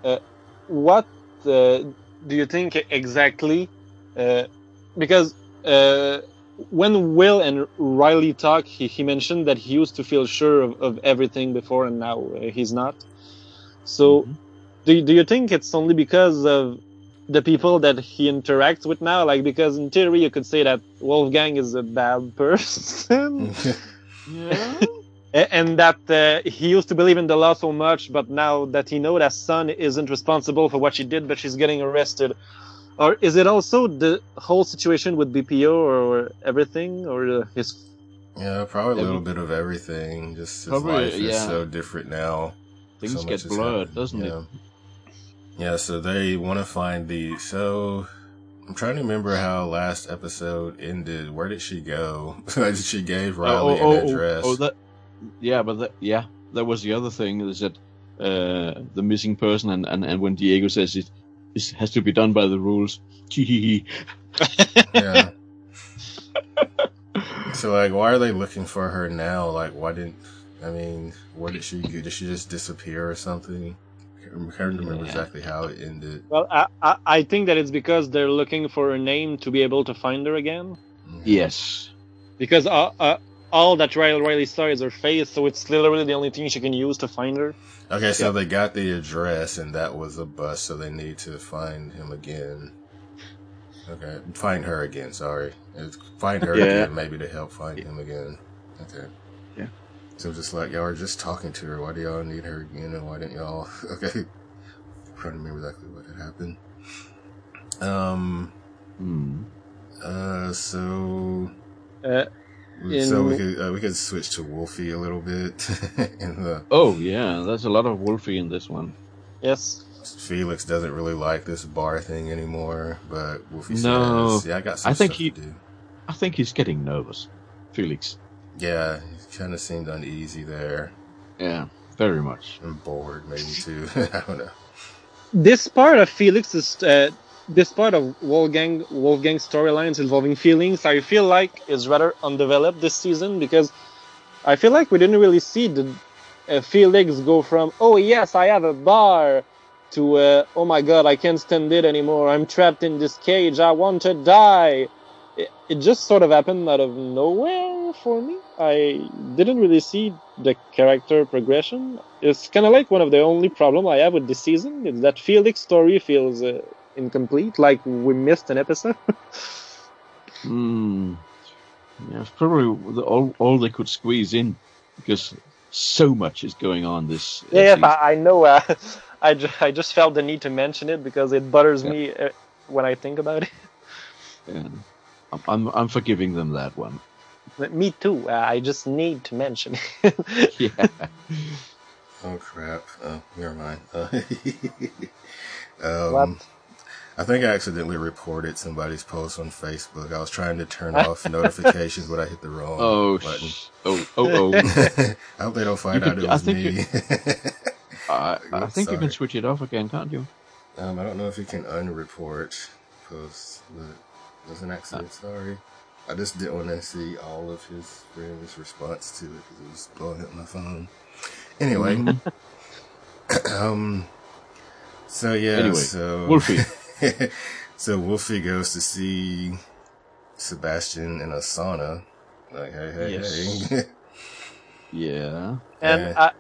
ahead.
what uh, do you think exactly? Uh, because uh, when Will and Riley talk, he, he mentioned that he used to feel sure of, of everything before, and now uh, he's not. So,
Mm-hmm.
Mhm.
do, do you think it's only because of the people that he interacts with now? Like, because in theory, you could say that Wolfgang is a bad person.
Mm-hmm. Yeah.
A- and that uh, he used to believe in the law so much, but now that he know that Sun isn't responsible for what she did, but she's getting arrested, Or is it also the whole situation with BPO or everything, or uh, his?
Yeah, probably a little
Every-
bit of everything. Just his
Probably,
life is
yeah.
so different now.
Things
So much
get
has
blurred,
happened,
doesn't
yeah.
it?
Yeah, so they want to find the. So I'm trying to remember how last episode ended. Where did she go? she gave Riley an address.
oh, that, yeah, but that, yeah, that was the other thing is that uh, the missing person, and, and, and when Diego says it, it has to be done by the rules.
yeah. So like, why are they looking for her now? Like, why didn't? I mean, what did she do? Did she just disappear or something? I can't remember
Yeah.
exactly how it ended.
Well, I, I I think that it's because they're looking for a name to be able to find her again.
yes,
Because uh, uh, all that Riley Riley saw is her face, so it's literally the only thing she can use to find her.
Okay, so they got the address, and that was a bus. So they need to find him again. Okay, find her again. Sorry, It's- find her
Yeah.
again. Maybe to help find him again. Okay.
Yeah.
So just like y'all are just talking to her. Why do y'all need her again? And why didn't y'all? Okay. I don't remember exactly what had happened. Um.
Hmm.
Uh. So.
Uh,
so we
In-
could uh, we could switch to Wolfie a little bit in the
Oh yeah, there's a lot of Wolfie in this one.
yes.
Felix doesn't really like this bar thing anymore, but Wolfie
No.
says, "Yeah, I got some
I think
stuff
he-
to do."
I think he's getting nervous, Felix.
Yeah, he kind of seemed uneasy there
Yeah, very much.
and bored, maybe too. I don't know.
This part of Felix's uh, this part of Wolfgang Wolfgang's storylines involving feelings, I feel like is rather undeveloped this season because I feel like we didn't really see the uh, Felix go from oh yes I have a bar to uh, oh my god I can't stand it anymore I'm trapped in this cage I want to die. It, it just sort of happened out of nowhere for me. I didn't really see the character progression. It's kind of like one of the only problem I have with this season is that Felix story feels uh, incomplete, like we missed an episode.
Hmm. Yeah, it's probably the, all all they could squeeze in because so much is going on this. uh,
Yeah,
season.
I, I know. Uh, I, ju- I just felt the need to mention it because it bothers me uh, when I think about it.
Yeah. I'm, I'm I'm forgiving them that one.
But me too. Uh, I just need to mention it.
Yeah.
Oh crap! Oh, never mind. Uh, um, I think I accidentally reported somebody's post on Facebook. I was trying to turn off notifications, but I hit the wrong
Oh,
button.
sh- oh, oh, oh.
I hope they don't find
You
out
could-
it
I
was
think
me.
I, I
I'm
think you
sorry.
can switch it off again, can't you?
um, I don't know if you can unreport posts, but it was an accident.
Uh.
Sorry. I just didn't want to see all of his friends' response to it because it was blowing up my phone. Anyway,
Mhm.
um, so yeah,
Mm-hmm. Anyway,
so
Wolfie.
so Wolfie goes to see Sebastian in a sauna. Like, hey, hey,
Yes.
hey.
Yeah.
and
Yeah.
I,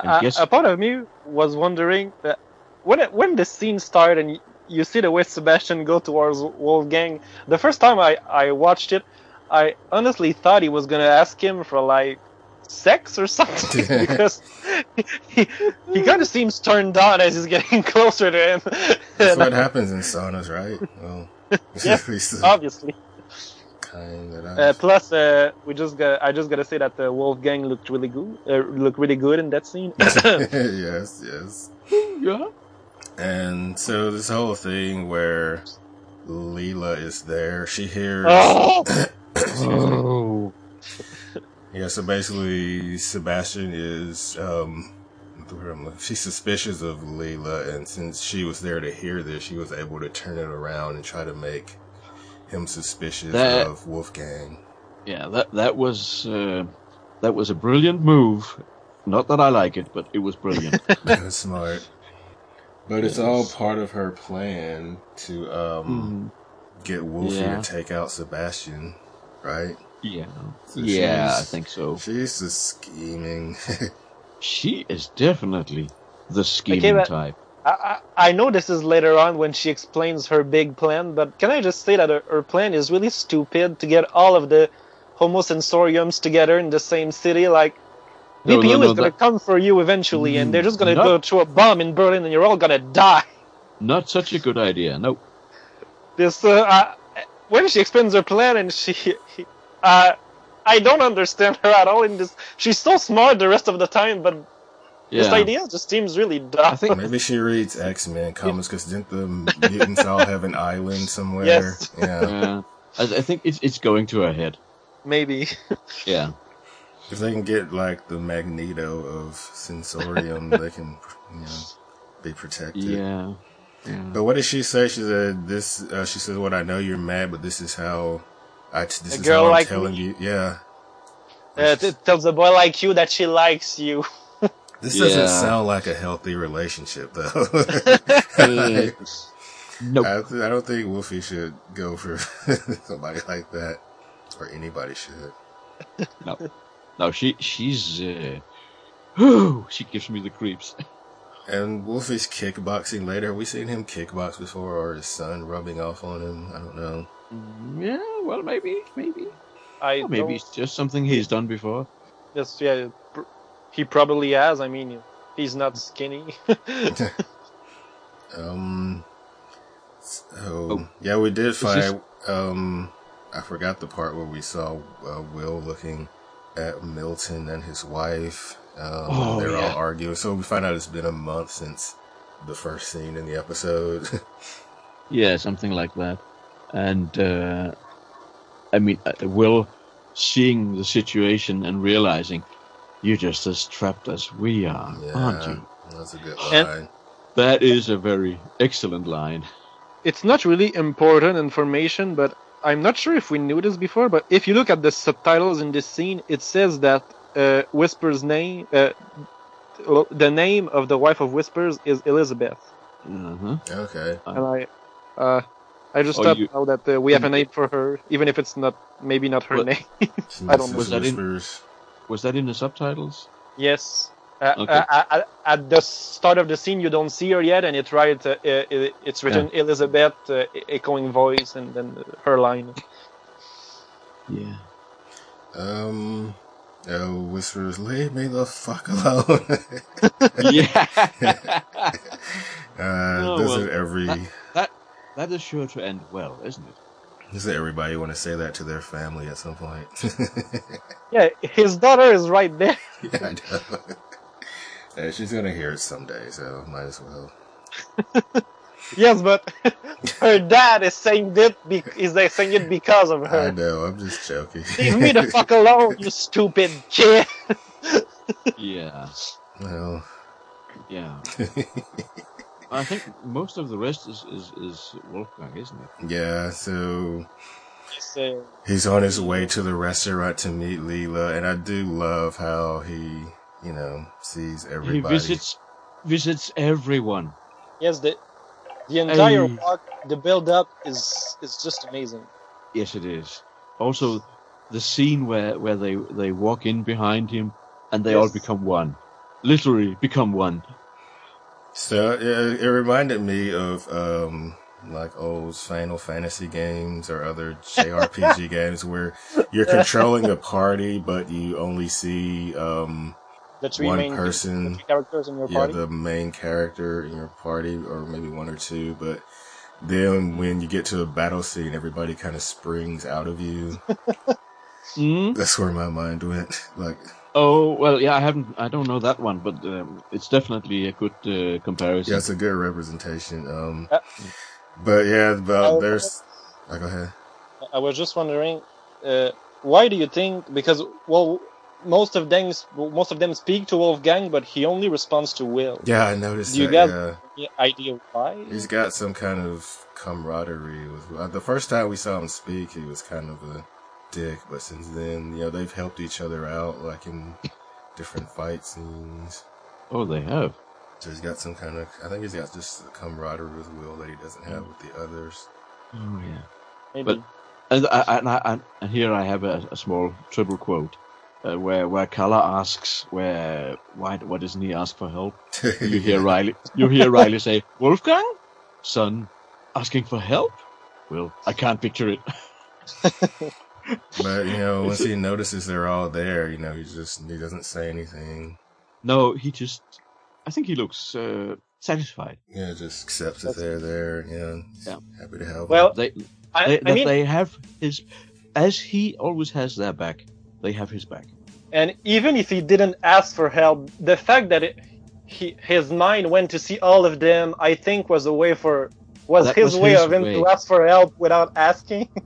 And
I,
guess-
I, a part of me was wondering that when it, when the scene started and you, you see the way Sebastian go towards Wolfgang. The first time I, I watched it, I honestly thought he was gonna ask him for like sex or something because he, he kind of seems turned on as he's getting closer to him.
That's
And
what happens in saunas, right? Well,
Yeah.
at least
Uh,
the
Obviously.
kind that I
Uh, plus, uh, we just got, I just gotta say that uh, Wolfgang looked really good. Uh, looked really good in that scene.
uh,
yes, yes.
Yeah.
And so this whole thing where Leela is there, she hears.
Ah!
oh,
Oh.
Yeah, so basically, Sebastian is. um where am I- She's suspicious of Leela, and since she was there to hear this, she was able to turn it around and try to make him suspicious
That-
of Wolfgang.
Yeah. That that was uh, that was a brilliant move. Not that I like it, but it was brilliant.
That's smart. But it's all
Yes.
part of her plan to um,
Mhm.
get Wolfie to
Yeah.
take out Sebastian, right?
Yeah.
So
Yeah, I
she's-
think so.
She's just scheming.
She is definitely the scheming
but-
type.
I, I I know this is later on when she explains her big plan, but can I just say that her, her plan is really stupid to get all of the homosensoriums together in the same city? Like,
No, no,
BPU
no,
is going to
that- Mm,
come for you eventually, and they're just going to
No.
go throw a bomb in Berlin, and you're all going to die.
Not such a good idea. No.
This uh, uh, when she explains her plan and she, uh, I don't understand her at all in this. She's so smart the rest of the time, but this
Yeah.
idea just seems really dumb.
I think
Maybe she reads X Men comics because didn't the mutants all have an island somewhere?
Yes.
Yeah.
yeah. I, I think it's it's going to her head.
Maybe.
Yeah.
If they can get like the Magneto of Sensorium, they can, you know, be protected.
Yeah. Yeah.
But what did she say? She said this. Uh, she says, "What I know you're mad, but this is how I. This is
A girl
how I'm
like
telling
me.
you. Yeah,
Uh, t- tells a boy like you that she likes you.
this
Yeah.
doesn't sound like a healthy relationship, though. I,
Mm. Nope.
I don't think Wolfie should go for somebody like that, or anybody should.
No, she she's uh, whew, she gives me the creeps.
And Wolfie's kickboxing later. Have we seen him kickbox before, or his son rubbing off on him? I don't know.
Mm, Yeah, well maybe, maybe.
I
Or maybe
maybe.
it's just something he's done before.
Yes, yeah. pr- He probably has. I mean, he's not skinny.
Um. So
Oh.
yeah, we did fight.
this-
Um, I forgot the part where we saw uh, Will looking at Milton and his wife. Um,
Oh,
they're
yeah.
all arguing. So we find out it's been a month since the first scene in the episode.
Yeah, something like that. And uh, I mean, uh, Will seeing the situation and realizing you're just as trapped as we are, aren't
yeah,
you?
that's a good
And-
line.
That is a very excellent line.
it's not really important information, but I'm not sure if we knew this before. But if you look at the subtitles in this scene, it says that uh, Whisper's name, uh, well, the name of the wife of Whispers is Elizabeth.
Uh-huh.
Okay.
And I, uh, I just
Oh,
thought
you-
now that uh, we have a name for her, even if it's not maybe not her
What-
name.
I
don't-
was that in-
whispers.
Was that in the subtitles?
Yes. Uh,
Okay.
uh, uh, at the start of the scene, you don't see her yet, and it write, uh, uh, it's written Elizabeth, uh, echoing voice, and then her line.
Yeah.
Um. Oh, whispers, leave me the fuck alone.
yeah.
Uh,
Oh,
doesn't
well.
every
that is sure to end well, isn't it?
doesn't everybody want to say that to their family at some point?
Yeah, his daughter is right there.
yeah, I know. Uh, she's gonna hear it someday, so might as well.
Yes, but her dad is saying it be- is they saying it because of
I
her.
know, I'm just joking.
Leave me the fuck alone, you stupid kid.
Yeah.
well,
Yeah. I think most of the rest is, is, is Wolfgang, isn't it?
yeah, so
So,
he's on his way to the restaurant to meet Leela, and I do love how he, you know, sees everybody.
He visits visits everyone.
yes, the the entire
Hey.
walk, the build up is is just amazing.
Yes, it is. Also, the scene where, where they, they walk in behind him and they all
Yes.
become one. Literally become one.
So it, it reminded me of um like old Final Fantasy games or other JRPG games where you're controlling a party, but you only see um
The three
One
main
person.
the three characters in your
yeah
party.
the main character in your party or maybe one or two, but then when you get to a battle scene, everybody kind of springs out of you.
Mm?
That's where my mind went. Like
Oh well, yeah. I haven't. I don't know that one, but um, it's definitely a good uh, comparison.
yeah, it's a good representation. Um,
Uh,
but yeah,
uh,
about there's. I go ahead.
I was just wondering, uh, why do you think? Because well, most of them most of them speak to Wolfgang, but he only responds to Will.
Yeah, I noticed.
Do you
that,
guys-
yeah.
Any idea why?
He's got some kind of camaraderie with. uh, The first time we saw him speak, he was kind of a dick, but since then, you know, they've helped each other out, like in different fight scenes.
Oh, they have.
So he's got some kind of. I think he's got just a camaraderie with Will that he doesn't have with the others.
Oh yeah.
Maybe.
But- And, I- and, I- and, and here I have a, a small triple quote, uh, where where Kala asks, where why why doesn't he ask for help? You hear Riley. You hear Riley say, Wolfgang, son, asking for help. Well, I can't picture it.
But you know, once he notices they're all there, you know, he just he doesn't say anything.
No, he just. I think he looks uh, satisfied.
Yeah, just accept that they're there. Yeah,
Yeah.
happy to help.
Well,
They,
I,
they,
I
that
mean,
they have his, as he always has their back. They have his back.
and even if he didn't ask for help, the fact that it, he, his mind went to see all of them, I think, was a way for was
That
his
was
way
his
of him to
way.
ask for help without asking.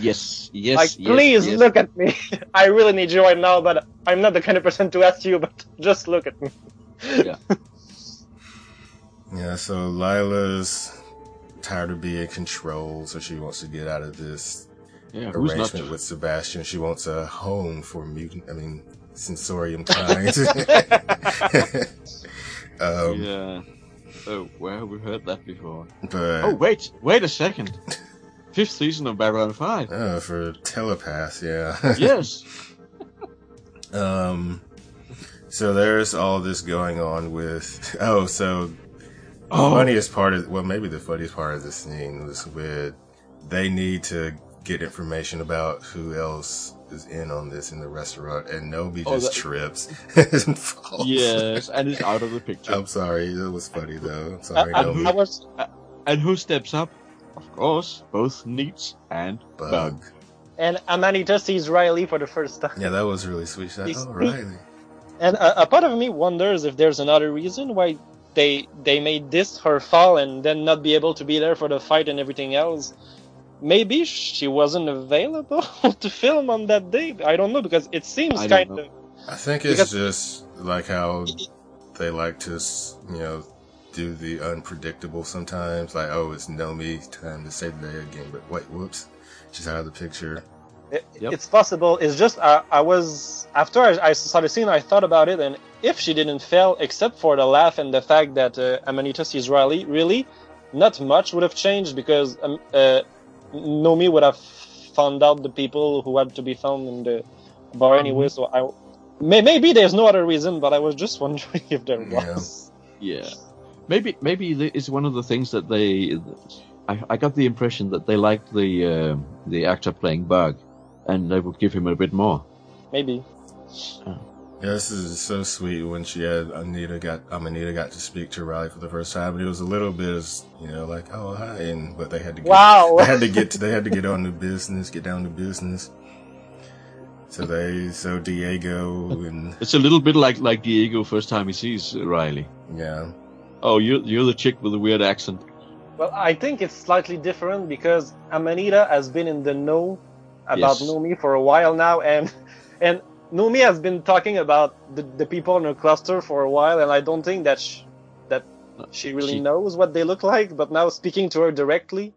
Yes, yes,
like,
yes,
please
yes.
look at me. I really need you right now, but I'm not the kind of person to ask you. But just look at me.
yeah. So Lila's tired of being controlled, so she wants to get out of this
Yeah, who's not?
arrangement with Sebastian. She wants a home for mutant. I mean, sensorium kind. um,
yeah. Oh, where have we heard that before?
But
Oh, wait, wait a second. Fifth season of Babylon Five.
uh, for telepath, yeah.
yes.
Um, so there's all this going on with. Oh, so
Oh,
funniest part of well, maybe the funniest part of the scene was with they need to get information about who else is in on this in the restaurant, and Nobi
Oh,
just
that-
trips and falls.
Yes, and it's out of the picture.
I'm sorry, it was funny though. I'm
I,
sorry,
I,
Nobi.
I was
and who steps up? Of course, both Neats and
Bug.
Bug.
and Amanita sees Riley for the first time.
Yeah, that was really sweet. She's like,
He's-
oh, Riley.
And a, a part of me wonders if there's another reason why they they made this her fall and then not be able to be there for the fight and everything else. Maybe she wasn't available to film on that day. I don't know because it seems
I don't
kind
know.
of
I think it's
Because-
just like how they like to, s- you know, do the unpredictable sometimes. Like, oh, it's Nomi time to save the day again, but wait, whoops, she's out of the picture.
it-
Yep.
it's possible. It's just I, I was after I, I saw the scene, I thought about it, and if she didn't fail, except for the laugh and the fact that uh, Amanita sees Riley, really, not much would have changed because um, uh, Nomi would have found out the people who had to be found in the bar anyway. So I may, maybe there's no other reason, but I was just wondering if there
Yeah.
was.
Yeah, maybe maybe th- it's one of the things that they. I, I got the impression that they liked the um the actor playing Bug, and they would give him a bit more.
Maybe.
Yeah, this is so sweet when she had Anita got um, Anita got to speak to Riley for the first time, and it was a little bit, as, you know, like oh hi, and but they had to get,
Wow.
they had to get they had to get on the business, get down to business. So they so Diego and
It's a little bit like like Diego first time he sees Riley.
yeah
Oh, you you're the chick with the weird accent.
Well, I think it's slightly different because Amanita has been in the know about
Yes.
Nomi for a while now, and and Nomi has been talking about the, the people in her cluster for a while, and I don't think that sh that she really
She-
knows what they look like. But now speaking to her directly,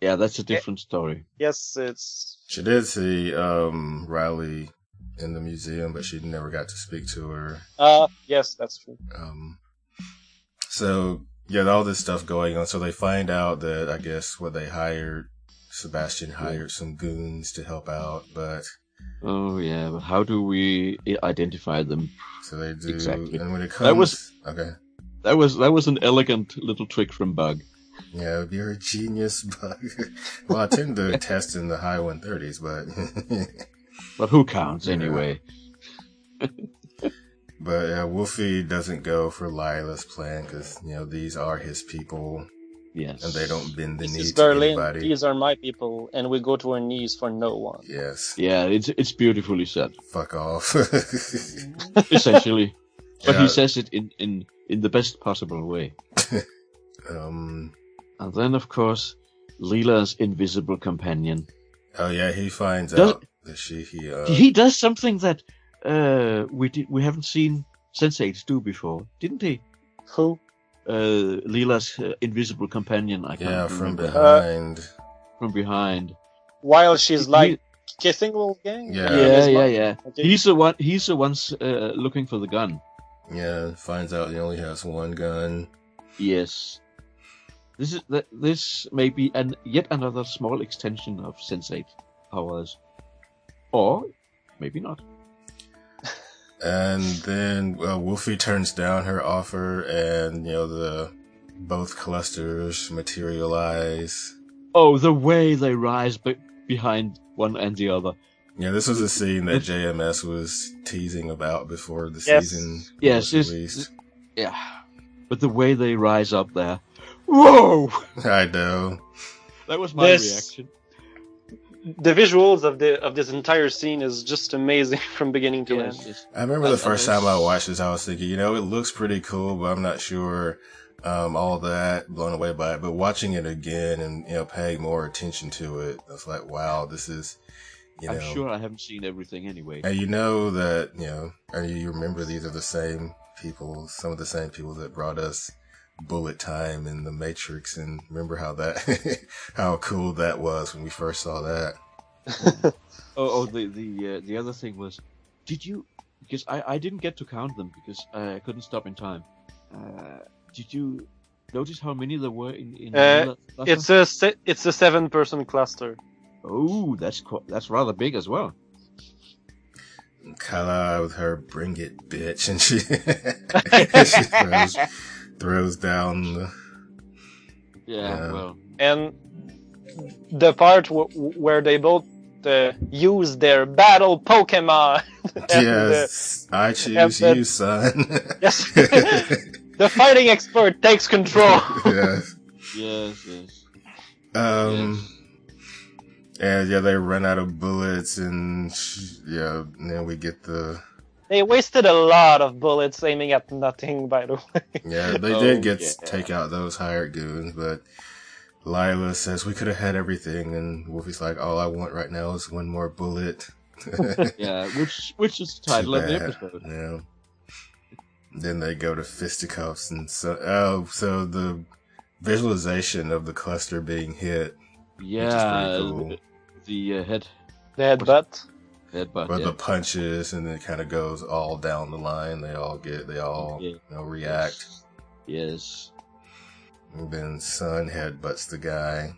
Yeah, that's a different story.
yes, it's
She did see um, Riley in the museum, but she never got to speak to her.
uh yes, that's true.
Um, so yeah, all this stuff going on. So they find out that I guess what they hired, Sebastian hired some goons to help out, but
Oh yeah, but how do we i- identify them?
so they do.
Exactly.
And when it comes,
That was-
okay.
That was that was an elegant little trick from Bug.
Yeah, you're a genius, but well, I tend to test in the high 130s, but
But who counts
Yeah.
anyway?
But uh, Wolfie doesn't go for Lila's plan because you know these are his people,
Yes.
and they don't bend the
This
knee
is
to
Berlin.
anybody.
These are my people, and we go to our knees for no one.
Yes.
Yeah, it's it's beautifully said.
Fuck off.
Essentially. But
Yeah,
he says it in, in, in the best possible way.
um,
And then of course Leela's invisible companion.
oh yeah, he finds
Does-
out that she he uh,
he does something that uh, we did, we haven't seen Sense8 do before, didn't he?
Who?
Uh, Leela's uh, invisible companion. I can't
yeah from
remember. Uh,
behind.
from behind.
While she's
He-
like kissing Wolfgang?
Yeah.
yeah, yeah, yeah,
Okay.
He's the one. He's the one's uh, looking for the gun.
yeah, finds out he only has one gun.
Yes. This is th- this may be an yet another small extension of Sense8 powers, or maybe not.
And then uh, Wolfie turns down her offer, and you know the both clusters materialize.
Oh, the way they rise be- behind one and the other.
Yeah, this was a scene that JMS was teasing about before the
Yes.
season
Yes,
was
this-
released.
Yeah, But the way they rise up there, whoa!
I know.
That was my
This-
reaction.
The visuals of the of this entire scene is just amazing from beginning to
Yes,
end.
yes.
I remember the
That's
first
nice.
time I watched this, I was thinking, you know, it looks pretty cool, but I'm not sure um, all that blown away by it. But watching it again and you know paying more attention to it, I was like, wow, this is, you know,
I'm sure I haven't seen everything anyway.
and you know that you know, and you remember these are the same people, some of the same people that brought us Bullet Time and The Matrix, and remember how that, how cool that was when we first saw that.
Oh, oh the the uh, the other thing was, did you? Because I I didn't get to count them because I couldn't stop in time. Uh, did you notice how many there were in in?
Uh,
La- La-
It's a se- it's a seven person cluster.
oh, that's qu- that's rather big as well.
Kyla with her bring it bitch and she, she throws, throws down the,
Yeah,
Yeah.
well,
and the part w- where they both uh, use their battle Pokemon. and the,
yes I choose
and the-
you son
yes, the fighting expert takes control.
yes
yes, yes.
um and yeah they run out of bullets and she, yeah and then we get the
They wasted a lot of bullets aiming at nothing, by the way.
yeah they
Oh,
did get
yeah.
take out those hired goons but Lila says we could have had everything and Wolfie's like all I want right now is one more bullet
Yeah, which which is the
Too
title of the
bad.
episode.
Yeah. Then they go to fisticuffs, and so oh, so the visualization of the cluster being hit,
Yeah,
cool.
the uh, head
The headbutt.
headbutt.
but
yeah.
the punches, and it kind of goes all down the line. They all get, they all
Yeah.
you know, react.
Yes.
And then Sun headbutts the guy,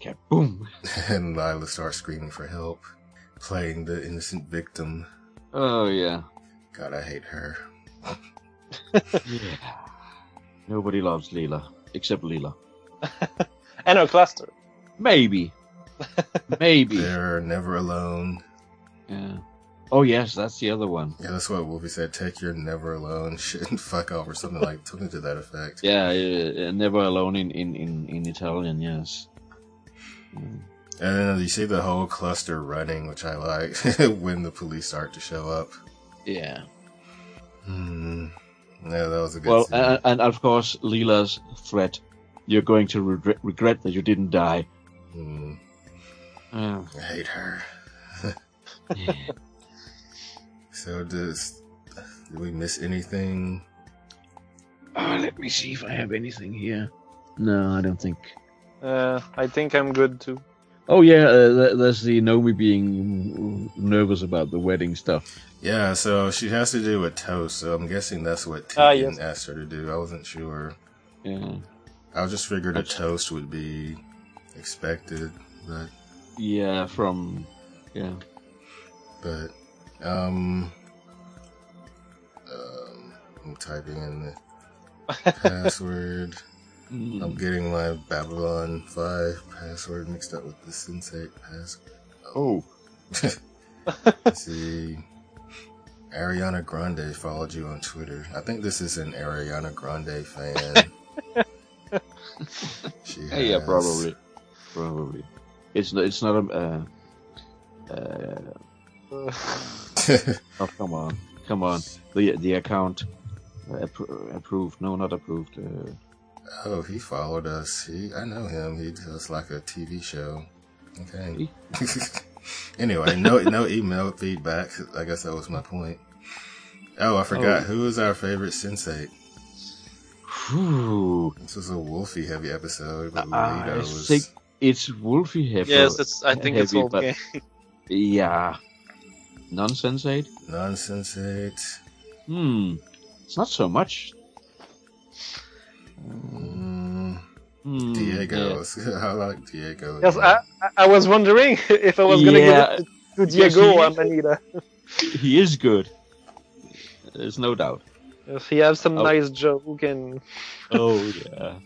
Boom.
and Lila starts screaming for help, playing the innocent victim.
Oh yeah.
God, I hate her.
yeah. Nobody loves Leela except Leela.
And a cluster.
Maybe. Maybe.
They're never alone.
Yeah. Oh yes, that's the other one.
Yeah, that's what Wolfie said. Take your never alone shit and fuck off, or something like something to that effect.
Yeah, uh, uh, never alone in in in, in Italian. Yes. Mm.
And then you see the whole cluster running, which I like when the police start to show up.
Yeah.
Hmm. Yeah, that was a good
Well,
scene.
uh,
and, and of course, Leela's threat. You're going to regret, regret that you didn't die.
Hmm.
Uh,
I hate her.
yeah.
So does did we miss anything?
oh, let me see if I have anything here. No, I don't think.
Uh, I think I'm good too.
Oh yeah, uh, th- there's the Nomi being nervous about the wedding stuff.
Yeah, so she has to do a toast, so I'm guessing that's what Tegan
Ah, yes.
asked her to do. I wasn't sure.
Yeah.
I just figured a
That's-
toast would be expected, but
Yeah, from yeah.
but um, um I'm typing in the password.
Mm.
I'm getting my Babylon 5 password mixed up with the Sensei password.
Oh,
Let's see. Ariana Grande followed you on Twitter. I think this is an Ariana Grande fan. she
yeah, yeah,
has-
probably, probably. It's not. It's not a. Uh, uh,
Uh,
oh, come on, come on. The the account uh, appro- approved. No, not approved. Uh,
oh, he followed us. He, I know him. He does like a TV show. Okay. anyway, no, no email feedback. I guess that was my point. Oh, I forgot.
Oh.
Who is our favorite sensei?
phew.
This was a Wolfie heavy episode,
Uh,
but Lolita
I
was
think it's Wolfie Heffer.
yes, it's, I think it's
Heavy,
all
but-
okay.
Yeah. Nonsense aid.
nonsense eight.
Hmm. It's not so much. Hmm,
Mm,
yeah.
Diego's. I like Diego.
Yes, I, I- I was wondering if I was gonna
Yeah.
give it to
Yes,
Diego
he
or
is.
Manita.
He is good. There's no doubt.
If he has some
Oh.
nice joke and
Oh yeah.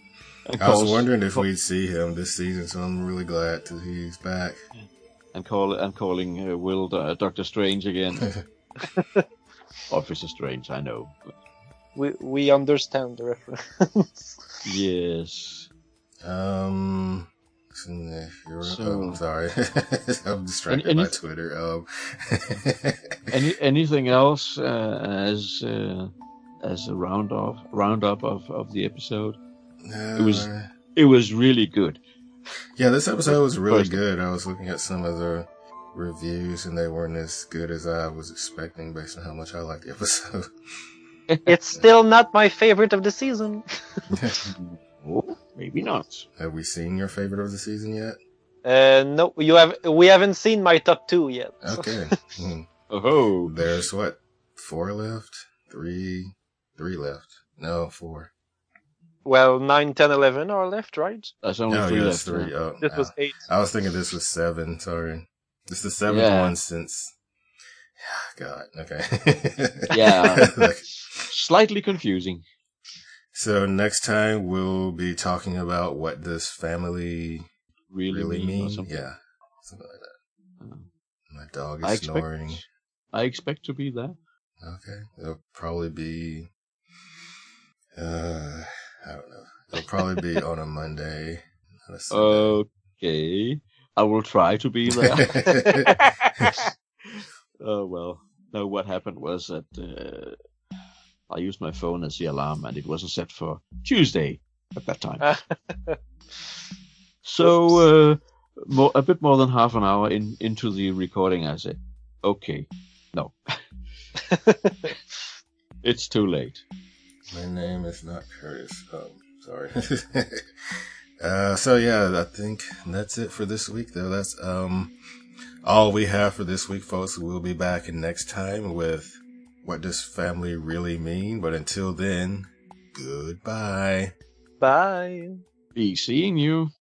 And
I was
calls-
wondering if
call-
we'd see him this season, so I'm really glad that he's back.
And call I'm calling uh, Will uh, Doctor Strange again. Officer Strange, I know.
we we understand the reference.
Yes.
Um, it's in the- you're-
So-
oh, I'm sorry, I'm distracted
and
by
if-
Twitter. Um,
Any anything else uh, as uh, as a round off roundup of of the episode?
no,
It was-
I-
It was really good.
Uh, yeah, this episode was really
First-
good. I was looking at some of the reviews, and they weren't as good as I was expecting based on how much I liked the episode.
it's still not my favorite of the season.
Oh, maybe not.
Have we seen your favorite of the season yet?
Uh, no, you have we haven't seen my top two yet. so-
Okay, Hmm.
Oh,
there's what four left, three, three left. No, four.
Well, 9, 10, 11 are left, right?
that's only
No,
three
yeah,
left.
it's three.
huh?
Oh,
This
ah.
was eight.
I was thinking this was seven. Sorry, this is the seventh
Yeah.
one since. God, okay.
Yeah.
Look,
Slightly confusing.
so next time we'll be talking about what does family
Really,
really,
mean, or
mean.
something.
Yeah, something like
Uh,
that. My dog is
I expect.
snoring.
I expect to be there.
Okay, it'll probably be. Uh, I don't know. It'll probably be on a Monday. not a Sunday.
Okay, I will try to be there. oh well. No, what happened was that uh, I used my phone as the alarm, and it wasn't set for Tuesday at that time.
Ah,
So uh, more, a bit more than half an hour in, into the recording, I said, "Okay, no, it's too late."
My name is not Curtis. Um, sorry. uh, so yeah, I think that's it for this week. Though that's um all we have for this week, folks. We'll be back next time with what does family really mean. But until then, goodbye.
Bye.
Be seeing you.